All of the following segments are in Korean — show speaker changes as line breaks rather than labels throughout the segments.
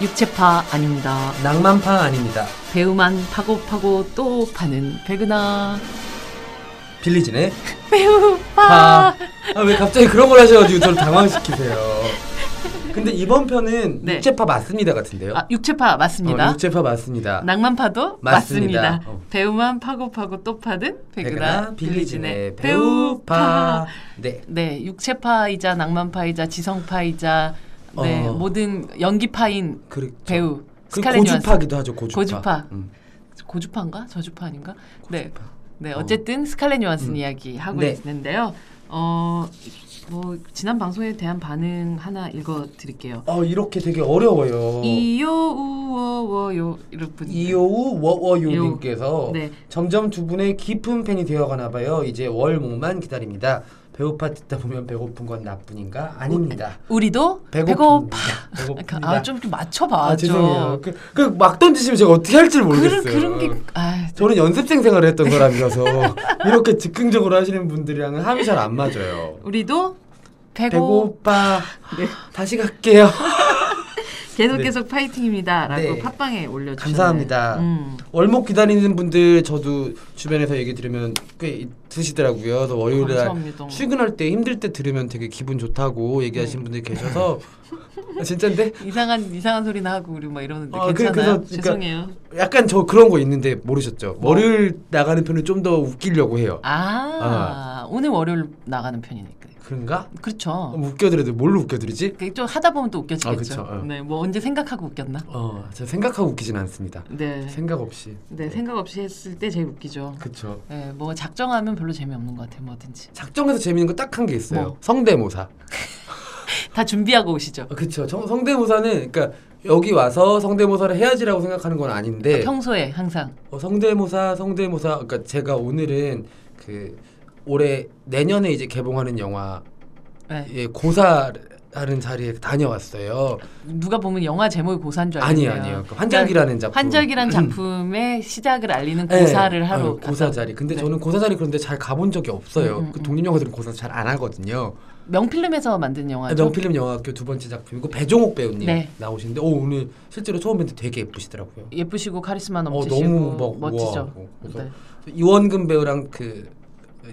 육체파 아닙니다.
낭만파 아닙니다.
배우만 파고 파고 또 파는 배그나
빌리진의
배우파.
파. 아, 왜 갑자기 그런 걸 하셔가지고 저를 당황시키세요. 근데 이번 편은
네.
육제파 맞습니다 같은데요?
아, 육체파 맞습니다.
어, 육제파 맞습니다.
낭만파도
맞습니다.
맞습니다.
어.
배우만 파고 파고 또 파는 배그나
백그나
빌리진의
빌리진의 배우파. 네.
네, 육체파이자 낭만파이자 지성파이자 네,
어.
모든 연기파인
그
배우
그
스칼렛 요한슨.
고주파기도 하죠. 고주파.
고주파.
음,
고주파인가? 저주파 아닌가? 네.
고주파.
네,
어.
어쨌든 스칼렛 요한슨
음.
이야기 하고
네.
있는데요. 어, 뭐 지난 방송에 대한 반응 하나 읽어 드릴게요.
어 이렇게 되게 어려워요.
이요우워워요 여러분.
이오우
이오우.
워워요님께서
네.
점점 두 분의 깊은 팬이 되어가나 봐요. 이제 월목만 기다립니다. 배고파 듣다 보면 배고픈 건 나뿐인가? 아닙니다.
우리도 배고파.
네, 배고픕니다. 배고픕니다.
아, 좀, 좀 맞춰봐. 좀.
아, 죄송해요. 그, 그막 던지시면 제가 어떻게 할지 모르겠어요.
그런, 그런 게, 아,
저는 연습생 생활을 했던 사람이라서 이렇게 즉흥적으로 하시는 분들이랑은 합이 잘 안 맞아요.
우리도 배고,
배고파.
네.
다시 갈게요.
계속
네.
계속 파이팅입니다라고
네.
팟빵에 올려주셨네요.
감사합니다.
음.
월목 기다리는 분들 저도 주변에서 얘기 들으면 꽤 드시더라고요. 그래서 월요일에
감사합니다.
출근할 때 힘들 때 들으면 되게 기분 좋다고
네.
얘기하시는 분들 계셔서 아, 진짜인데
이상한 이상한 소리나 하고 우리 막 이러는데
아, 그-
괜찮아요.
그래서 그러니까-
죄송해요.
약간 저 그런 거 있는데 모르셨죠?
뭐?
월요일 나가는 편을 좀 더 웃기려고 해요. 어.
아, 오늘 월요일 나가는 편이니까.
그런가? 어,
그렇죠.
웃겨드려도 뭘로 웃겨드리지?
그좀 하다 보면 또
아,
웃겨지겠죠.
그쵸, 어.
네, 뭐 언제 생각하고 웃겼나?
어, 제가 생각하고 웃기진 않습니다.
네,
생각 없이.
네 생각 없이 했을 때 제일 웃기죠.
그쵸.
네, 뭐 작정하면 별로 재미없는 것 같아요, 뭐든지.
작정해서 재밌는 거 딱 한 게 있어요.
뭐?
성대모사.
다 준비하고 오시죠.
아, 그쵸. 정, 성대모사는 그러니까 여기 와서 성대모사를 해야지라고 생각하는 건 아닌데
평소에 항상.
어, 성대모사 성대모사 그러니까 제가 오늘은 그 올해 내년에 이제 개봉하는 영화에
네.
고사하는 자리에 다녀왔어요.
아, 누가 보면 영화 제목이 고사인 줄
아니
알겠네요. 그러니까
아니요. 그 환절기라는 작품. 음.
환절기란 작품의 시작을 알리는
네.
고사를 하러
어, 고사
갔다-
자리. 근데
네.
저는 고사 자리 그런데 잘 가본 적이 없어요.
음, 음,
그
음.
독립 영화들은 고사 잘 안 하거든요.
명필름에서 만든 영화죠.
아, 명필름 영화학교 두 번째 작품이고 배종옥 배우님
네.
나오시는데 오, 오늘 실제로 처음 뵀는데 되게 예쁘시더라고요.
예쁘시고 카리스마
어,
넘치시고
너무 막
멋지죠.
우아하고. 그래서
네.
이원근 배우랑 그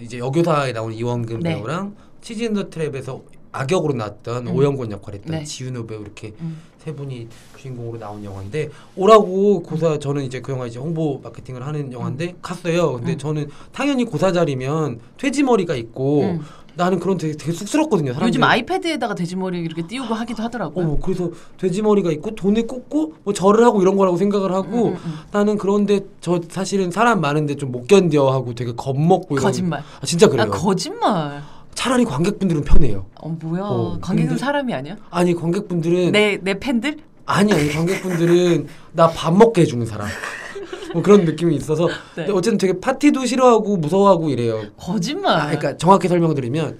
이제 여교사에 나온 이원근
네.
배우랑 치즈인더 트랩에서 악역으로 나왔던
음.
오영권 역할했던
네.
지윤호 배우 이렇게
음.
세 분이 주인공으로 나온 영화인데 오라고 고사 저는 이제 그 영화 이제 홍보 마케팅을 하는 영화인데 갔어요. 근데
음.
저는 당연히 고사 자리면 돼지 머리가 있고
음.
나는 그런 되게, 되게 쑥스럽거든요. 사람들이.
요즘 아이패드에다가 돼지머리 이렇게 띄우고 하기도 하더라고요.
어 그래서 돼지 머리가 있고 돈을 꽂고 뭐 절을 하고 이런 거라고 생각을 하고
음, 음, 음.
나는 그런데 저 사실은 사람 많은데 좀 못 견뎌 하고 되게 겁먹고 이런-
거짓말.
아, 진짜 그래요.
아 거짓말.
차라리 관객분들은 편해요.
어 뭐야.
어, 네.
관객은
근데-
사람이 아니야?
아니 관객분들은
내 내 팬들?
아니 아니 관객분들은 나 밥 먹게 해주는 사람. 뭐 그런 느낌이 있어서
네.
근데 어쨌든 되게 파티도 싫어하고 무서워하고 이래요.
거짓말.
아, 그러니까 정확히 설명드리면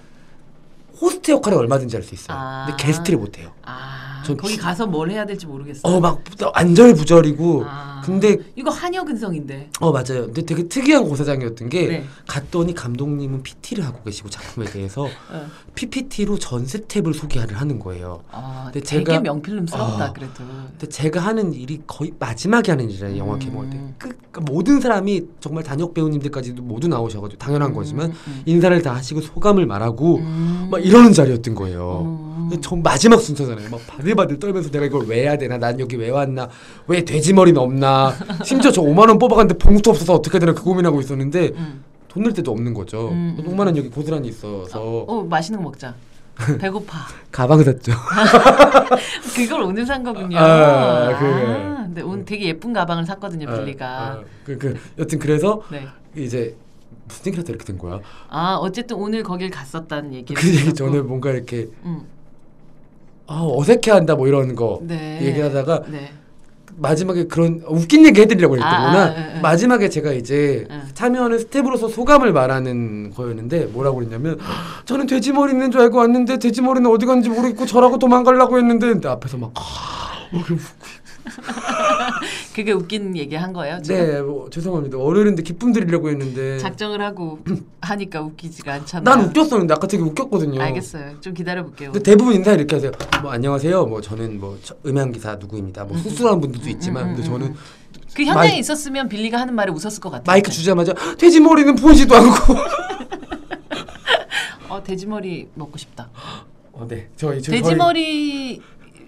호스트 역할을 얼마든지 할 수 있어요.
아.
근데 게스트를 못 해요.
아,
전
거기
진-
가서 뭘 해야 될지 모르겠어.
어 막 안절부절이고
아.
근데
이거 한여근성인데.
어 맞아요. 근데 되게 특이한 고사장이었던 게
네.
갔더니 감독님은 PT를 하고 계시고 작품에 대해서
어.
PPT로 전 스텝을 소개를 하는 거예요.
아,
근데
되게
제가-
명필름스럽다
아.
그래도.
근데 제가 하는 일이 거의 마지막에 하는 일이라 영화
음.
개봉할 때 끝, 그러니까 모든 사람이 정말 단역 배우님들까지도 모두 나오셔가지고 당연한 거지만 인사를 다 하시고 소감을 말하고
음.
막 이러는 어. 자리였던 거예요.
음.
근데 전 마지막 순서잖아요. 막 바들바들 떨면서 내가 이걸 왜 해야 되나? 난 여기 왜 왔나? 왜 돼지 머리는 없나? 심지어 저 5만 원 뽑아갔는데 봉투 없어서 어떻게 해야 되나 그 고민하고 있었는데
음.
돈 낼 때도 없는 거죠.
음, 음.
5만 원 여기 고스란히 있어서
어 맛있는 거 먹자. 배고파.
가방 샀죠.
그걸 오늘 산 거군요.
아, 그래.
근데 오늘 되게 예쁜 가방을 샀거든요,
아,
빌리가.
아. 그, 그, 여튼 그래서
네.
이제 무슨 얘기를 하다 이렇게 된 거야?
아 어쨌든 오늘 거길 갔었다는 얘기.
그 얘기 저는 뭔가 이렇게
음.
아, 어색해한다 뭐 이런 거
네.
얘기하다가
네.
마지막에 그런 웃긴 얘기 해드리려고 했더구나.
아, 아, 아, 아.
마지막에 제가 이제
아.
참여하는 스텝으로서 소감을 말하는 거였는데 뭐라고 그랬냐면 저는 돼지 머리 있는 줄 알고 왔는데 돼지 머리는 어디 갔는지 모르겠고 저라고 도망가려고 했는데 근데 앞에서 막 아, 이렇게 웃고
그 그게 웃긴 얘기 한 거예요. 지금?
네, 뭐, 죄송합니다. 월요일인데 기쁨 드리려고 했는데
작정을 하고 하니까 웃기지가 않잖아요.
네. 난그 웃겼어. 근데 아까 되게 웃겼거든요.
알겠어요. 좀 기다려 볼게요.
근데 대부분 인사 이렇게 하세요. 뭐 안녕하세요. 뭐 저는 뭐 저- 음향 기사 누구입니다. 뭐 수술하는 분들도 있지만
음,
근데 저는
그 현장에
마이-
있었으면 빌리가 하는 말에 웃었을 것 같아요.
마이크 주자마자 돼지 머리는 보지도 않고.
어 돼지머리 먹고 싶다.
어, 네. 저희 저
돼지머리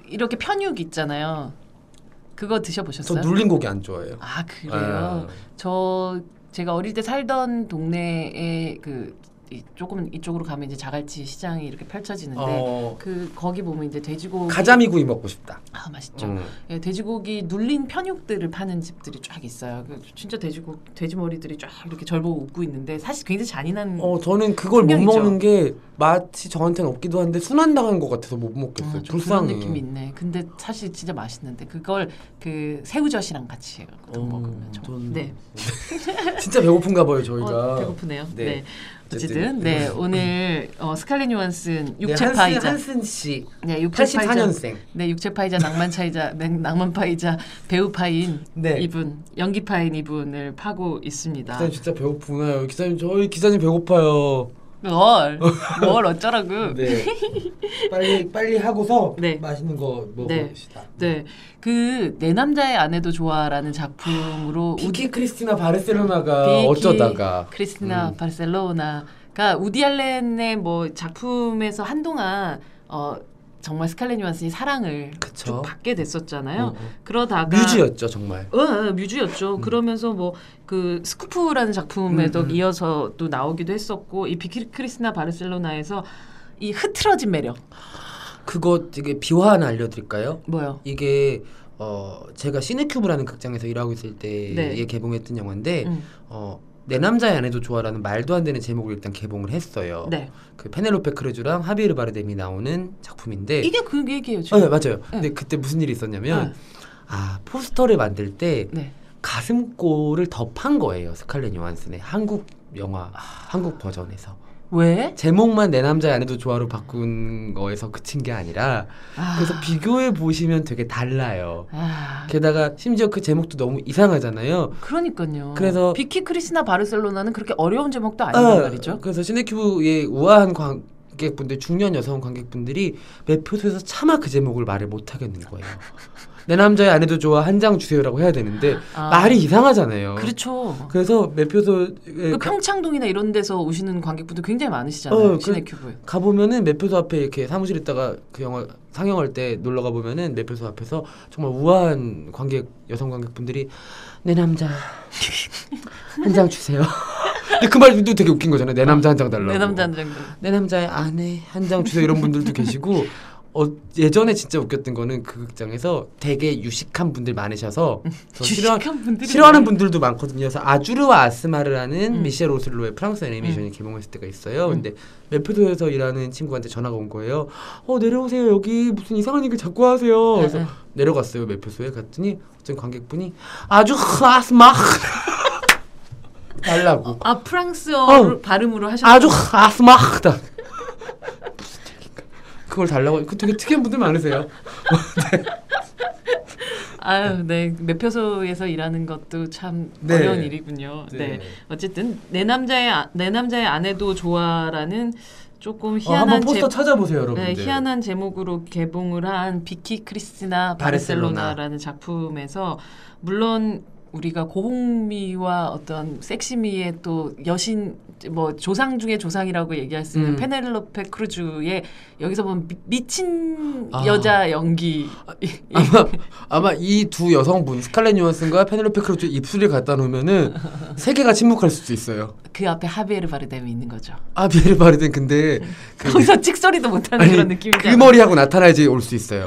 이렇게 편육 있잖아요. 그거
저
드셔보셨어요?
눌린 고기 안 좋아해요.
아 그래요.
아.
저 제가 어릴 때 살던 동네에 그 이- 조금 이쪽으로 가면 이제 자갈치 시장이 이렇게 펼쳐지는데
어,
그 거기 보면 이제 돼지고기
가자미 구이 먹고 싶다.
아 맛있죠.
음.
예, 돼지고기 눌린 편육들을 파는 집들이 쫙 있어요. 그 진짜 돼지고 돼지머리들이 쫙 이렇게 절보고 웃고 있는데 사실 굉장히 잔인한 음,
어 저는 그걸 못
풍경이죠.
먹는 게 마치 저한테는 없기도 한데 순환당한 것 같아서 못 먹겠어요.
어, 좀 그런
불쌍해.
느낌이 있네. 근데 사실 진짜 맛있는데 그걸 그 새우젓이랑 같이
어,
먹으면 정말
저는
네.
진짜 배고픈가 봐요 저희가.
어, 배고프네요. 네.
네.
어쨌든
어쨌든. 음.
네 오늘 어, 스칼렛 요한슨
네,
육체파이자
한슨, 한슨 씨
네 육체파이자
84년생.
네 육체파이자 낭만차이자 네, 낭- 낭만파이자 배우파인
네.
이분 연기파인 이분을 파고 있습니다.
기사님 진짜 배고프나요? 기사님 저희 기사님 배고파요.
뭘, 뭘 어쩌라고. 네.
네. 빨리 빨리 하고서
네.
맛있는 거 먹읍시다.
그, 내 남자의 아내도 좋아라는 작품으로.
비키 크리스티나 바르셀로나가
비키
아, 어쩌다가
크리스티나
음.
바르셀로나가 우디 알렌의 뭐 작품에서 한동안, 어, 정말 스칼렛 요한슨이 사랑을
그쵸.
쭉 받게 됐었잖아요.
어, 어.
그러다가.
뮤즈였죠 정말.
어, 어, 뮤즈였죠. 그러면서 뭐 그 스쿠프라는 작품에도
음, 음.
이어서 또 나오기도 했었고 이 비키 크리스나 바르셀로나에서 이 흐트러진 매력
그거 되게 비화 하나 알려드릴까요?
뭐요?
이게 어 제가 시네큐브라는 극장에서 일하고 있을 때에
네.
개봉했던 영화인데
음.
어 내 남자의 아내도 좋아라는 말도 안 되는 제목으로 일단 개봉을 했어요.
네.
그 페넬로페 크루즈랑 하비에르 바르뎀이 나오는 작품인데
이게 그 얘기예요
어,
지금.
네, 맞아요. 근데 그때 무슨 일이 있었냐면
네.
아 포스터를 만들 때
네.
가슴골을 덮은 거예요. 스칼렛 요한슨의 한국 영화 한국 버전에서
왜?
제목만 내 남자의 아내도 좋아로 바꾼 거에서 그친 게 아니라
아,
그래서 비교해 보시면 되게 달라요.
아,
게다가 심지어 그 제목도 너무 이상하잖아요.
그러니까요.
그래서-
비키 크리스나 바르셀로나는 그렇게 어려운 제목도 아닌
아,
단 말이죠.
그래서 시네큐브의 우아한 관객분들, 중년 여성 관객분들이 매표소에서 차마 그 제목을 말을 못 하겠는 거예요. 내 남자의 아내도 좋아 한 장 주세요라고 해야 되는데
아.
말이 이상하잖아요.
그렇죠.
그래서 매표소
그
에
평창동이나 이런 데서 오시는 관객분들 굉장히 많으시잖아요.
어, 그-
시네큐브에.
가 보면은 매표소 앞에 이렇게 사무실 있다가 그 영화 상영할 때 놀러 가 보면은 매표소 앞에서 정말 우아한 관객 여성 관객분들이 내 남자 한 장 주세요. 근데 그 말도 되게 웃긴 거잖아요. 내 남자 한 장 달라고.
내 네, 남자 한 장도.
내 남자의 아내 한 장 주세요 이런 분들도 계시고 어, 예전에 진짜 웃겼던 거는 그 극장에서 되게 유식한 분들 많으셔서 저 싫어,
주식한 분들이
싫어하는
왜-
분들도 많거든요. 그래서 아주르와 아스마르라는
음.
미셸 오슬로의 프랑스 애니메이션이 개봉했을 때가 있어요. 근데 메프도에서 일하는 친구한테 전화가 온 거예요. 어 내려오세요 여기 무슨 이상한 얘기 자꾸 하세요. 그래서
네, 네.
내려갔어요 메프소에 갔더니 어떤 관객분이 아주 아스마 달라고
아 프랑스어
어.
발음으로 하셨.
아주 아스마다 무슨 얘기인가 그걸 달라고 그 되게 특이한 분들 많으세요.
아유, 네. 매표소에서 일하는 것도 참
네.
어려운 일이군요. 네.
네.
어쨌든 내 남자의 아- 내 남자의 아내도 좋아라는 조금
어, 한번
희한한
포스터 찾아보세요
네,
여러분들.
희한한 제목으로 개봉을 한 비키 크리스티나
바르셀로나.
바르셀로나라는 작품에서 물론 우리가 고홍미와 어떤 섹시미의 또 여신 뭐 조상 중의 조상이라고 얘기할 수 있는
음.
페넬로페 크루즈의 여기서 보면 미, 미친
아.
여자 연기
아마 뭐. 아마 이 두 여성분 스칼렛 요한슨과 페넬로페 크루즈 입술을 갖다 놓으면은 세계가 침묵할 수도 있어요.
그 앞에 하비에르 바르뎀이 있는 거죠.
아 비엘 바르든 근데 그,
거기서 찍소리도 못하는
아니
그런 느낌이잖아요.
그 머리하고 나타나야지 올 수 있어요.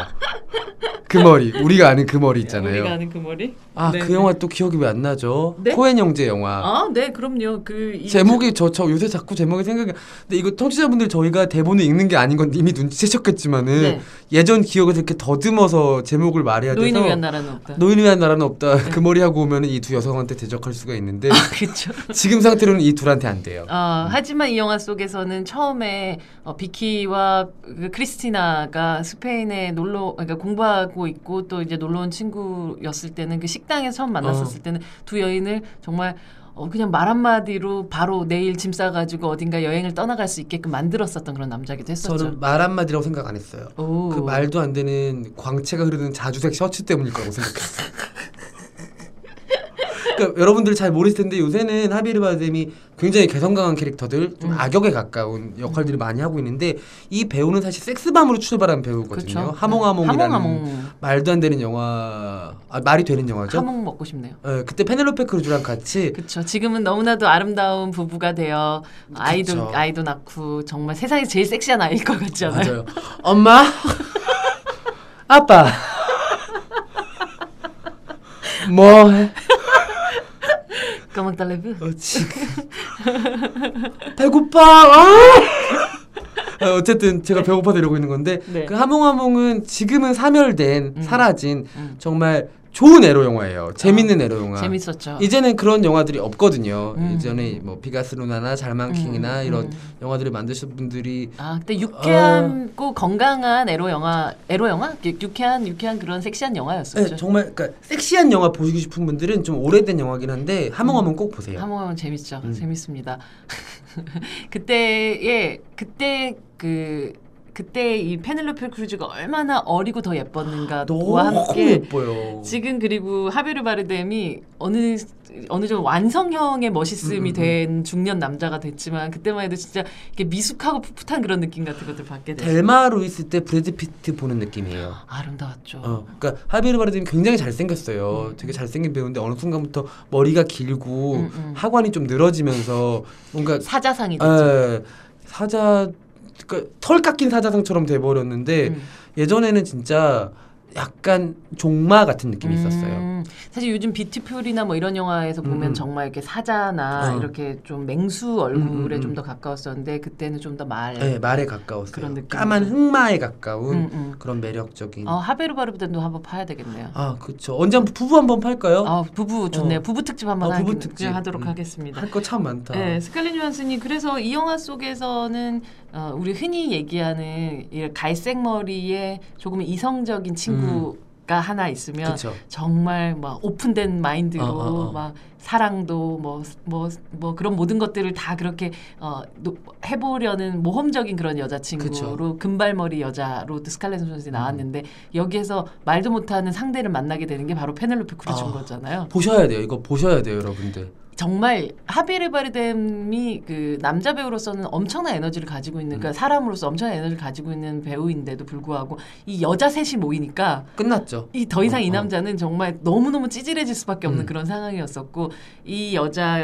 그 머리 우리가 아는 그 머리
우리가
있잖아요.
아는 그 머리?
아
네,
그
네.
영화 또 기억이 왜 안 나죠?
네?
코엔 형제 영화
아, 네, 그럼요. 그 이-
제목이 저 저, 저 요새 자꾸 제목이 생각이 근데 이거 청취자분들 저희가 대본을 읽는 게 아닌 건 이미 눈치채셨겠지만은
네.
예전 기억을 이렇게 더듬어서 제목을 말해야 돼서
노인을 위한 나라는 없다.
노인을 위한 나라는 없다 그 머리 하고 오면은 이 두 여성한테 대적할 수가 있는데
그렇죠.
지금 상태로는 이 둘한테 안 돼요
어, 하지만 이 영화 속에서는 처음에 어, 비키와 그 크리스티나가 스페인에 놀러 그러니까 공부하고 있고 또 이제 놀러 온 친구였을 때는 그 식당에서 처음
어.
만났었을 때는 두 여인을 정말 어, 그냥 말 한마디로 바로 내일 짐 싸가지고 어딘가 여행을 떠나갈 수 있게끔 만들었었던 그런 남자기도 했었죠.
저는 말 한마디라고 생각 안 했어요
오.
그 말도 안 되는 광채가 흐르는 자주색 셔츠 때문일 거라고 생각했어요. 그러니까 여러분들 잘 모르실 텐데 요새는 하비르 바뎀이 굉장히 개성 강한 캐릭터들, 좀
음.
악역에 가까운 역할들을 많이 하고 있는데 이 배우는 사실 섹스밤으로 출발한 배우거든요.
그렇죠.
하몽하몽이라는
하몽하몽.
말도 안 되는 영화, 아, 말이 되는 영화죠.
하몽 먹고 싶네요.
어, 그때 페넬로페 크루즈랑 같이
그렇죠. 지금은 너무나도 아름다운 부부가 되어 아이도
그쵸.
아이도 낳고 정말 세상에 제일 섹시한 아이일 것 같지 않아요?
맞아요. 엄마, 아빠, 뭐해?
까망달레브.
어, 지금 배고파. 아! 아, 어쨌든 제가 배고파서 이러고 있는 건데
네.
그 하몽하몽은 지금은 사멸된
음.
사라진
음.
정말 좋은 에로 영화예요. 아, 재밌는 에로 영화.
재밌었죠.
이제는 그런 영화들이 없거든요.
음.
이전에 뭐 비가스루나나 잘만킹이나
음,
이런
음.
영화들을 만드신 분들이
아 그때 유쾌하고 건강한 에로 영화 에로 영화 유- 유쾌한 유쾌한 그런 섹시한
네,
영화였었죠.
정말 그러니까 섹시한 영화 보시고 싶은 분들은 좀 오래된 영화긴 한데 하몽하몽 꼭 보세요.
음. 한번 재밌죠.
음.
재밌습니다. 그때 예 그때 그 그때 이 페넬로페 크루즈가 얼마나 어리고 더
아, 너무
예뻤는가와 함께
예뻐요.
지금 그리고 하베르 바르뎀이 어느 어느 정도 완성형의 멋있음이
음, 음,
된 중년 남자가 됐지만 그때만 해도 진짜 이렇게 미숙하고 풋풋한 그런 느낌 같은 것들 받게 됐어요.
델마 루이스 때 브래드 피트 보는 느낌이에요.
아름다웠죠.
어, 그러니까 하비르 바르뎀이 굉장히 잘생겼어요. 되게 잘생긴 배우인데 어느 순간부터 머리가 길고
음, 음.
하관이 좀 늘어지면서 뭔가
사자상이 됐죠.
에, 사자 그러니까 털 깎인 사자상처럼 돼버렸는데
음.
예전에는 진짜 약간 종마 같은 느낌이 있었어요.
음, 사실 요즘 비티풀이나 뭐 이런 영화에서 보면
음.
정말 이렇게 사자나
어.
이렇게 좀 맹수
음, 음,
얼굴에
음.
좀 더 가까웠었는데 그때는 좀 더 말.
네, 말에 가까웠어요.
음. 그런 느낌.
까만 흑마에 가까운
음, 음.
그런 매력적인.
어, 하베르 바르뎀도 한번 파야 되겠네요.
아, 그렇죠. 언제 한번 부부 한번 팔까요?
아, 부부 좋네요. 부부 특집 한번
어,
하긴-
부부 특집.
하도록
음. 어.
하겠습니다.
할 거 참 많다.
네, 스칼렛 요한슨이 그래서 이 영화 속에서는 어, 우리 흔히 얘기하는 이 갈색 머리의 조금 이성적인 친구가 하나 있으면
그렇죠.
정말 막 오픈된 마인드로
어, 어, 어.
막 사랑도 뭐 뭐 뭐 그런 모든 것들을 다 그렇게 어, 노- 해보려는 모험적인 그런 여자친구로 금발머리 여자로 또 스칼렛
음.
요한슨이 나왔는데 여기에서 말도 못하는 상대를 만나게 되는 게 바로 페넬로페 크루즈인
아.
거잖아요.
보셔야 돼요. 이거 보셔야 돼요, 여러분들.
정말 하비르 바르뎀이 그 남자 배우로서는 엄청난 에너지를 가지고
음.
있는 그러니까 사람으로서 엄청난 에너지를 가지고 있는 배우인데도 불구하고 이 여자 셋이 모이니까
끝났죠.
이 더 이상 이
어, 어.
남자는 정말 너무너무 찌질해질 수밖에 없는
음.
그런 상황이었었고 이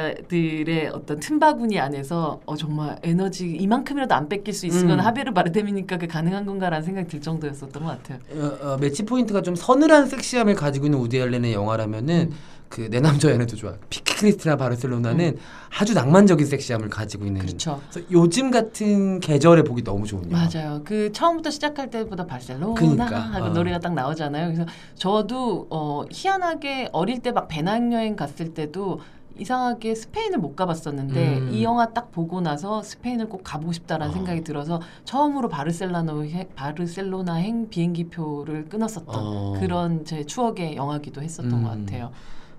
여자들의 어떤 틈바구니 안에서 어 정말 에너지 이만큼이라도 안 뺏길 수 있으면
음.
하베르 바르뎀이니까 그 가능한 건가라는 생각이 들 정도였었던 것 같아요.
어, 어, 매치 포인트가 좀 서늘한 섹시함을 가지고 있는 우디 앨런의 영화라면은
음.
그 내 남자 연애도 좋아 피키 크리스티나 바르셀로나는 아주 낭만적인 섹시함을 가지고 있는
음. 그렇죠.
그래서 요즘 같은 계절에 보기 너무 좋은 영화
맞아요. 그 처음부터 시작할 때보다 발셀로나
그니까,
하고
어.
노래가 딱 나오잖아요. 그래서 저도 어, 희한하게 어릴 때 막 배낭여행 갔을 때도 이상하게 스페인을 못 가봤었는데
음.
이 영화 딱 보고 나서 스페인을 꼭 가보고 싶다라는
어.
생각이 들어서 처음으로 바르셀로나 행, 바르셀로나 행 비행기표를 끊었었던
어.
그런 제 추억의 영화기도 했었던
음.
것 같아요.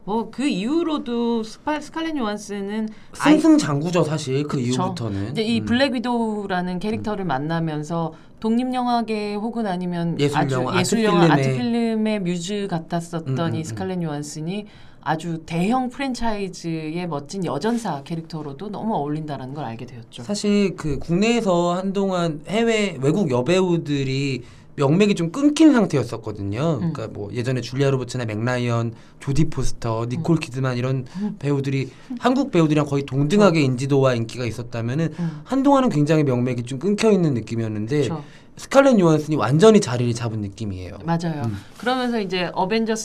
뭐 그 이후로도 스파, 스칼렛 요한스는 아이-
승승장구죠 사실 그
그쵸.
이후부터는
이제 이
음.
블랙 위도우라는 캐릭터를 만나면서 독립 영화계 혹은 아니면
예술
아주
영화,
예술
아트
영화
필름의-
아트 필름의 뮤즈 같았었던
음, 음,
이
음.
스칼렛 요한슨이 아주 대형 프랜차이즈의 멋진 여전사 캐릭터로도 너무 어울린다라는 걸 알게 되었죠.
사실 그 국내에서 한동안 해외 외국 여배우들이 명맥이 좀 끊긴 상태였었거든요.
음.
그러니까 뭐 예전에 줄리아 로버츠나 맥라이언, 조디 포스터,
음.
니콜 키드만 이런 배우들이 한국 배우들이랑 거의 동등하게 인지도와 인기가 있었다면은
그렇죠. 음.
한동안은 굉장히 명맥이 좀 끊겨 있는 느낌이었는데
그렇죠.
스칼렛 요한슨이 완전히 자리를 잡은 느낌이에요.
맞아요.
음.
그러면서 이제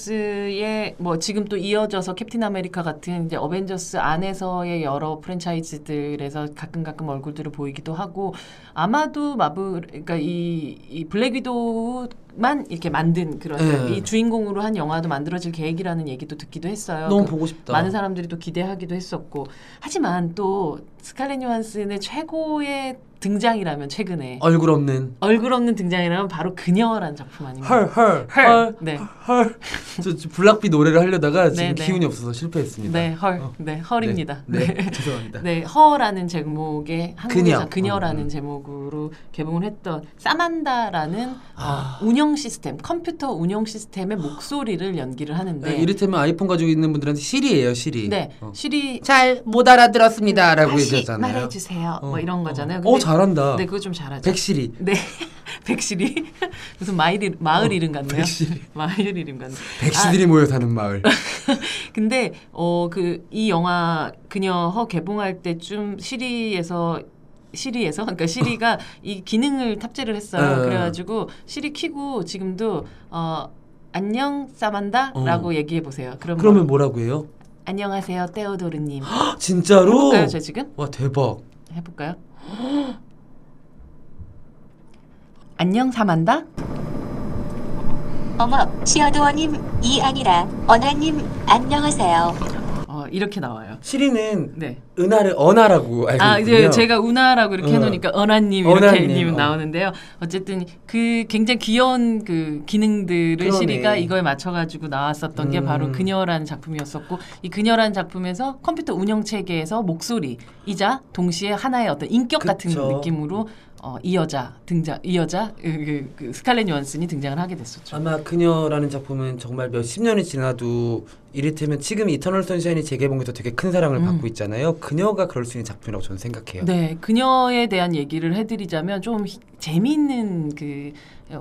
어벤져스의 뭐 지금 또 이어져서 캡틴 아메리카 같은 이제 어벤져스 안에서의 여러 프랜차이즈들에서 가끔 가끔 얼굴들을 보이기도 하고 아마도 마블 그러니까 이, 이 블랙 위도우만 이렇게 만든 그런
네.
이 주인공으로 한 영화도 만들어질 계획이라는 얘기도 듣기도 했어요.
너무
그
보고 싶다.
많은 사람들이 또 기대하기도 했었고 하지만 또 스칼렛 요한슨의 최고의 등장이라면 최근에
얼굴 없는
얼굴 없는 등장이라면 바로 그녀라는 작품 아닙니까? 헐.
헐헐 헐.
네.
헐. 저, 저 블락비 노래를 하려다가 지금
네, 네.
기운이 없어서 실패했습니다.
네, 헐.
어.
네, 헐입니다.
네,
네.
네. 죄송합니다.
네, 허라는 제목의
그녀.
한국에서 그녀. 라는
음, 음.
제목으로 개봉을 했던 사만다라는
아.
어, 운영 시스템, 컴퓨터 운영 시스템의 목소리를 연기를 하는데
네, 이를테면 아이폰 가지고 있는 분들한테 시리예요, 시리.
네,
어.
실이
잘 못 알아들었습니다라고
다시
얘기하잖아요.
말해주세요.
어,
뭐 이런
어.
거잖아요.
어, 잘한다. 아.
네, 그거 좀 잘하죠.
백시리.
네, 백실이 무슨 마을 이름, 마을
어,
이름 같네요.
백시리.
마을 이름 같네.
백시들이 모여 사는 마을.
근데 어 그 이 영화 그녀 허 개봉할 때쯤 시리에서 시리에서 그러니까 시리가 이 기능을 탑재를 했어요.
네.
그래가지고 시리 키고 지금도 어 안녕 사만다라고
어.
얘기해 보세요. 그럼
그러면 뭐라고 해요?
안녕하세요 떼오도르님.
진짜로?
해볼까요? 저 지금
와 대박.
해볼까요? 안녕 사만다.
어머, 시어도어님, 이 아니라 언하님, 안녕하세요.
어 이렇게 나와요.
시리는
네.
은하를 언하라고 알고
아,
있군요.
이제 제가 운하라고 이렇게
어.
해놓으니까 은하님 이렇게
은하님,
님
어.
나오는데요. 어쨌든 그 굉장히 귀여운 그 기능들을
그러네.
시리가 이거에 맞춰가지고 나왔었던 게
음.
바로 그녀라는 작품이었었고 이 그녀라는 작품에서 컴퓨터 운영 체계에서 목소리이자 동시에 하나의 어떤 인격 같은
그쵸.
느낌으로 어, 이 여자 등장, 이 여자 그, 그, 그 스칼렛 요한슨이 등장을 하게 됐었죠.
아마 그녀라는 작품은 정말 몇십 년이 지나도 이를테면 지금 이터널 선샤인이 재개봉해서 되게 큰 사랑을
음.
받고 있잖아요. 그녀가 그럴 수 있는 작품이라고 저는 생각해요.
네, 그녀에 대한 얘기를 해드리자면 좀 히- 재미있는 그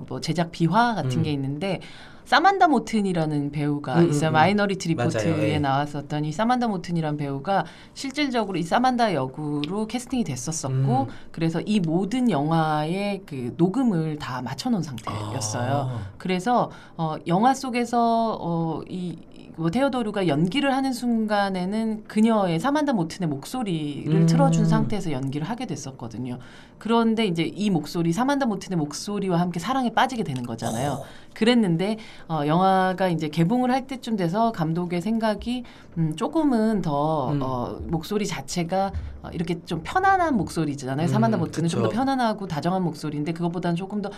뭐 제작 비화 같은
음.
게 있는데 사만다 모튼이라는 배우가
음, 음,
있어
음.
마이너리티 리포트에
맞아요, 예.
나왔었던 이 사만다 모튼이라는 배우가 실질적으로 이 사만다 역으로 캐스팅이 됐었었고
음.
그래서 이 모든 영화의 그 녹음을 다 맞춰놓은 상태였어요.
아.
그래서 어, 영화 속에서 어, 이, 뭐 테오도르가 연기를 하는 순간에는 그녀의 사만다 모튼의 목소리를
음.
틀어준 상태에서 연기를 하게 됐었거든요. 그런데 이제 이 목소리 사만다 모튼의 목소리와 함께 사랑에 빠지게 되는 거잖아요. 그랬는데 어, 영화가 이제 개봉을 할 때쯤 돼서 감독의 생각이 음, 조금은 더
음.
어, 목소리 자체가 어, 이렇게 좀 편안한 목소리잖아요. 사만다
음,
모튼은 좀 더
그쵸.
편안하고 다정한 목소리인데 그것보다는 조금 더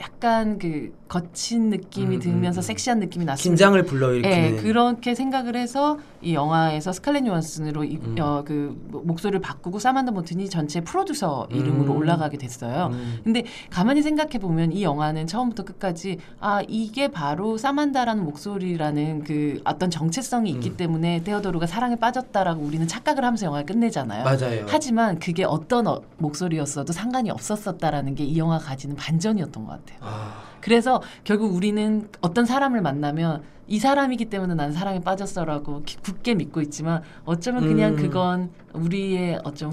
약간 그 거친 느낌이
음,
들면서
음, 음.
섹시한 느낌이 났습니다.
긴장을
예,
불러일으키는
그렇게 생각을 해서 이 영화에서 스칼렛 요한슨으로 이,
음.
어, 그 모- 목소리를 바꾸고 사만다 모튼이 전체 프로듀서 이름으로
음.
올라가게 됐어요.
음.
근데 가만히 생각해 보면 이 영화는 처음부터 끝까지 아 이게 바로 사만다라는 목소리라는 그 어떤 정체성이 있기
음.
때문에 테오도르가 사랑에 빠졌다라고 우리는 착각을 하면서 영화를 끝내잖아요.
맞아요.
네. 하지만 그게 어떤 어- 목소리였어도 상관이 없었었다라는 게 이 영화가 가지는 반전이었던 것 같아요.
아,
그래서 결국 우리는 어떤 사람을 만나면 이 사람이기 때문에 난 사랑에 빠졌어라고 기- 굳게 믿고 있지만 어쩌면 그냥
음.
그건 우리의 어쩜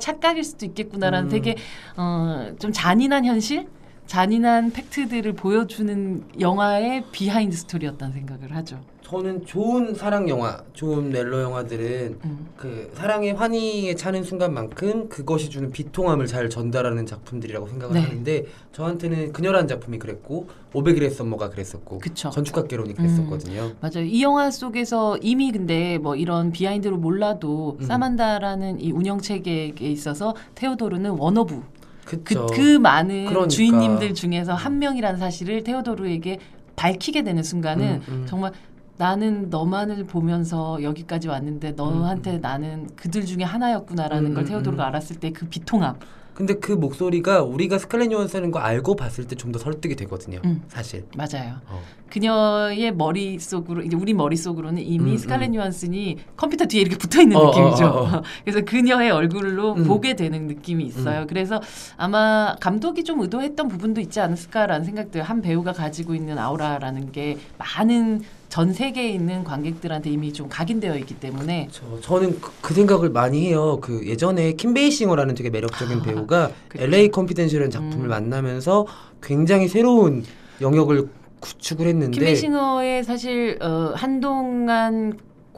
착각? 착각일 수도 있겠구나라는
음.
되게 어, 좀 잔인한 현실, 잔인한 팩트들을 보여주는 영화의 비하인드 스토리였다는 생각을 하죠.
저는 좋은 사랑 영화, 좋은 멜로 영화들은
음.
그 사랑의 환희에 차는 순간만큼 그것이 주는 비통함을 잘 전달하는 작품들이라고 생각을
네.
하는데 저한테는 그녀라는 작품이 그랬고 500일의 썸머가 그랬었고
그쵸. 음.
건축학 개론이 그랬었거든요.
맞아요. 이 영화 속에서 이미 근데 뭐 이런 비하인드를 몰라도
음.
사만다라는 이 운영 체계에 있어서 테오도르는 원어부 그,
그쵸.
그 많은
그러니까.
주인님들 중에서 한 명이라는 사실을 테오도르에게 밝히게 되는 순간은
음, 음.
정말 나는 너만을 보면서 여기까지 왔는데 너한테
음, 음.
나는 그들 중에 하나였구나라는
음,
걸
음,
테오도르가
음.
알았을 때 그 비통함.
근데 그 목소리가 우리가 스칼렛 요한슨인 거 알고 봤을 때 좀 더 설득이 되거든요.
음.
사실.
맞아요.
어.
그녀의 머릿속으로 이제 우리 머릿속으로는 이미
음,
스칼렛 요한슨이 컴퓨터 뒤에 이렇게 붙어 있는
어,
느낌이죠.
어, 어,
그래서 그녀의 얼굴로
음.
보게 되는 느낌이 있어요. 그래서 아마 감독이 좀 의도했던 부분도 있지 않았을까라는 생각들 한 배우가 가지고 있는 아우라라는 게 많은 전 세계에 있는 관객들한테 이미 좀 각인되어 있기 때문에
저, 저는 그, 그 생각을 많이 해요. 그 예전에 킴 베이싱어라는 되게 매력적인 배우가
아, 그쵸.
LA 컨피덴셜이라는
음.
작품을 만나면서 굉장히 새로운 영역을 구축을 했는데
킴베싱어의 사실 어, 한동안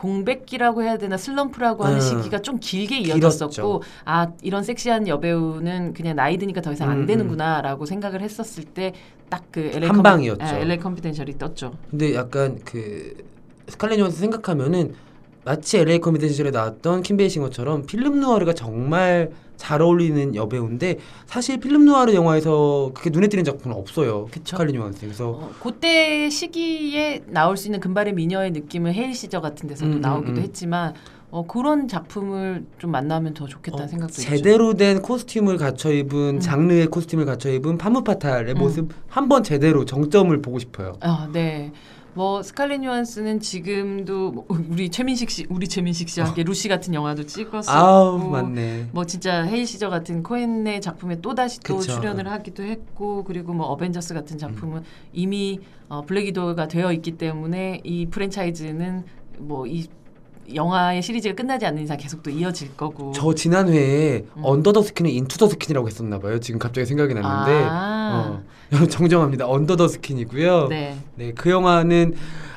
공백기라고 해야 되나 슬럼프라고 하는
음.
시기가 좀 길게
길었죠.
이어졌었고 아 이런 섹시한 여배우는 그냥 나이 드니까 더 이상
음,
안
음.
되는구나라고 생각을 했었을 때 딱 그 LA
한 방이었죠.
예, LA 컴피덴셜이 떴죠.
근데 약간 그 스칼렛 요한슨 생각하면은 마치 LA 컨피덴셜에 나왔던 킴 베이싱어처럼 필름 누아르가 정말 잘 어울리는 여배우인데 사실 필름 누아르 영화에서 그게 눈에 띄는 작품은 없어요.
그쵸.
스칼렛 요한슨 그래서
어, 그때 시기에 나올 수 있는 금발의 미녀의 느낌은 헤일 시저 같은 데서도
음, 음,
나오기도
음.
했지만 어, 그런 작품을 좀 만나면 더 좋겠다는
어,
생각도 있죠.
제대로 된 코스튬을 갖춰 입은
음.
장르의 코스튬을 갖춰 입은 파무파탈의
음.
모습 한번 제대로 정점을 보고 싶어요.
아, 네. 뭐 스칼렛 요한스는 지금도 뭐, 우리 최민식 씨, 우리 최민식 씨와 함께 루시 같은 영화도 찍었었고
어. 아우 맞네.
뭐 진짜 헤일 시저 같은 코엔의 작품에 또 다시 또
그쵸. 음.
출연을 하기도 했고 그리고 뭐 어벤져스 같은 작품은 이미 어, 블랙이도가 되어 있기 때문에 이 프랜차이즈는 뭐 이 영화의 시리즈가 끝나지 않는 이상 계속 또 이어질 거고.
저 지난 회에
음.
언더 더 스킨을 인투 더 스킨이라고 했었나 봐요. 지금 갑자기 생각이 났는데
아,
어, 여러분 정정합니다. 언더 더 스킨이고요. 네.
네.
그 영화는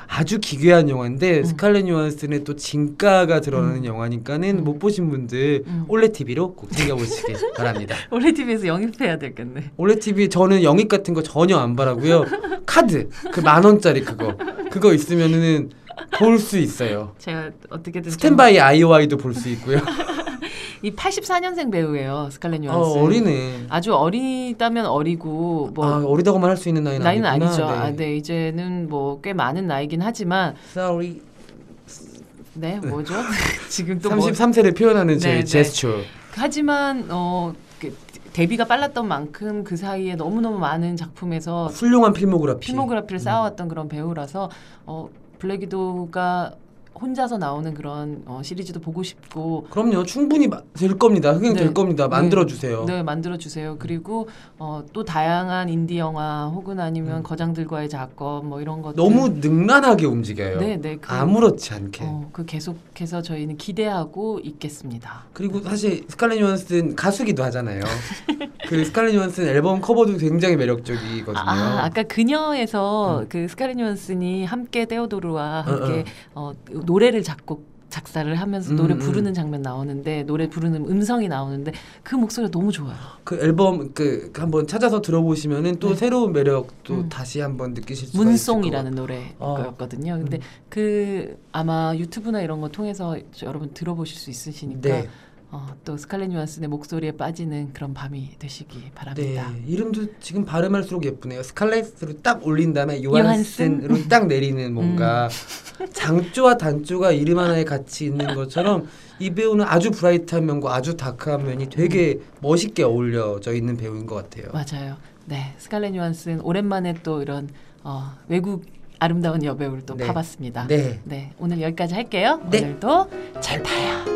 아주 기괴한 영화인데
음.
스칼렛 요한슨의 또 진가가 드러나는
음.
영화니까는
음.
못 보신 분들
음.
올레 TV로 꼭 챙겨보시길 바랍니다.
올해 TV에서 영입해야 되겠네.
올레 TV 저는 영입 같은 거 전혀 안 바라고요. 카드 그 만 원짜리 그거 그거 있으면은 볼 수 있어요.
제가 어떻게든 좀-
스탠바이 아이오아이도 볼 수 있고요.
이 84년생 배우예요. 스칼렛
어,
요한슨.
어리네.
아주 어리다면 어리고 뭐
아 어리다고만 할 수 있는 나이는,
나이는
아니구나.
아니죠. 아, 네. 이제는 뭐 꽤 많은 나이긴 하지만
Sorry.
네, 뭐죠? 지금 또 뭐,
33세를 표현하는 제
네, 네.
제스처.
하지만 어 그, 데뷔가 빨랐던 만큼 그 사이에 너무너무 많은 작품에서
훌륭한 필모그래피.
어. 필모그래피를
음.
쌓아왔던 그런 배우라서 어 블랙이도가 혼자서 나오는 그런 어, 시리즈도 보고 싶고
그럼요. 충분히 마- 될 겁니다. 흥행
네.
될 겁니다.
네.
아, 만들어 주세요.
네, 만들어 주세요. 그리고 어, 또 다양한 인디 영화 혹은 아니면
음.
거장들과의 작업 뭐 이런 것들
너무 능란하게 움직여요.
네, 네. 그,
아무렇지 않게.
어, 그 계속해서 저희는 기대하고 있겠습니다.
그리고 사실 스칼렛 요한슨 가수기도 하잖아요. 그 스칼렛 요한슨 앨범 커버도 굉장히 매력적이거든요.
아, 아까 그녀에서
음.
그 스카렛 요한슨이 함께 테오도르와
어,
함께 어, 노래를 작곡 작사를 하면서
음,
노래
음.
부르는 장면 나오는데 노래 부르는 음성이 나오는데 그 목소리가 너무 좋아요.
그 앨범 그 한번 찾아서 들어보시면은 또
네.
새로운 매력도
음.
다시 한번 느끼실 수가
문송이라는
어.
노래였거든요. 근데 그 아마 유튜브나 이런 거 통해서 여러분 들어보실 수
있을 것
있으시니까
같아요. 네,
어, 또 스칼렛 요한슨의 목소리에 빠지는 그런 밤이 되시기
네,
바랍니다.
네. 이름도 지금 발음할수록 예쁘네요. 스칼렛으로 딱 올린 다음에
요한슨? 음.
요한슨으로 딱 내리는 뭔가 장조와 단조가 이름 하나에 같이 있는 것처럼 이 배우는 아주 브라이트한 면과 아주 다크한 면이 되게
음.
멋있게 어울려져 있는 배우인 것 같아요.
맞아요. 네, 스칼렛 요한슨 오랜만에 또 이런 어, 외국 아름다운 여배우를 또
네.
봐봤습니다.
네.
네, 오늘 여기까지 할게요.
네.
오늘도 잘 봐요.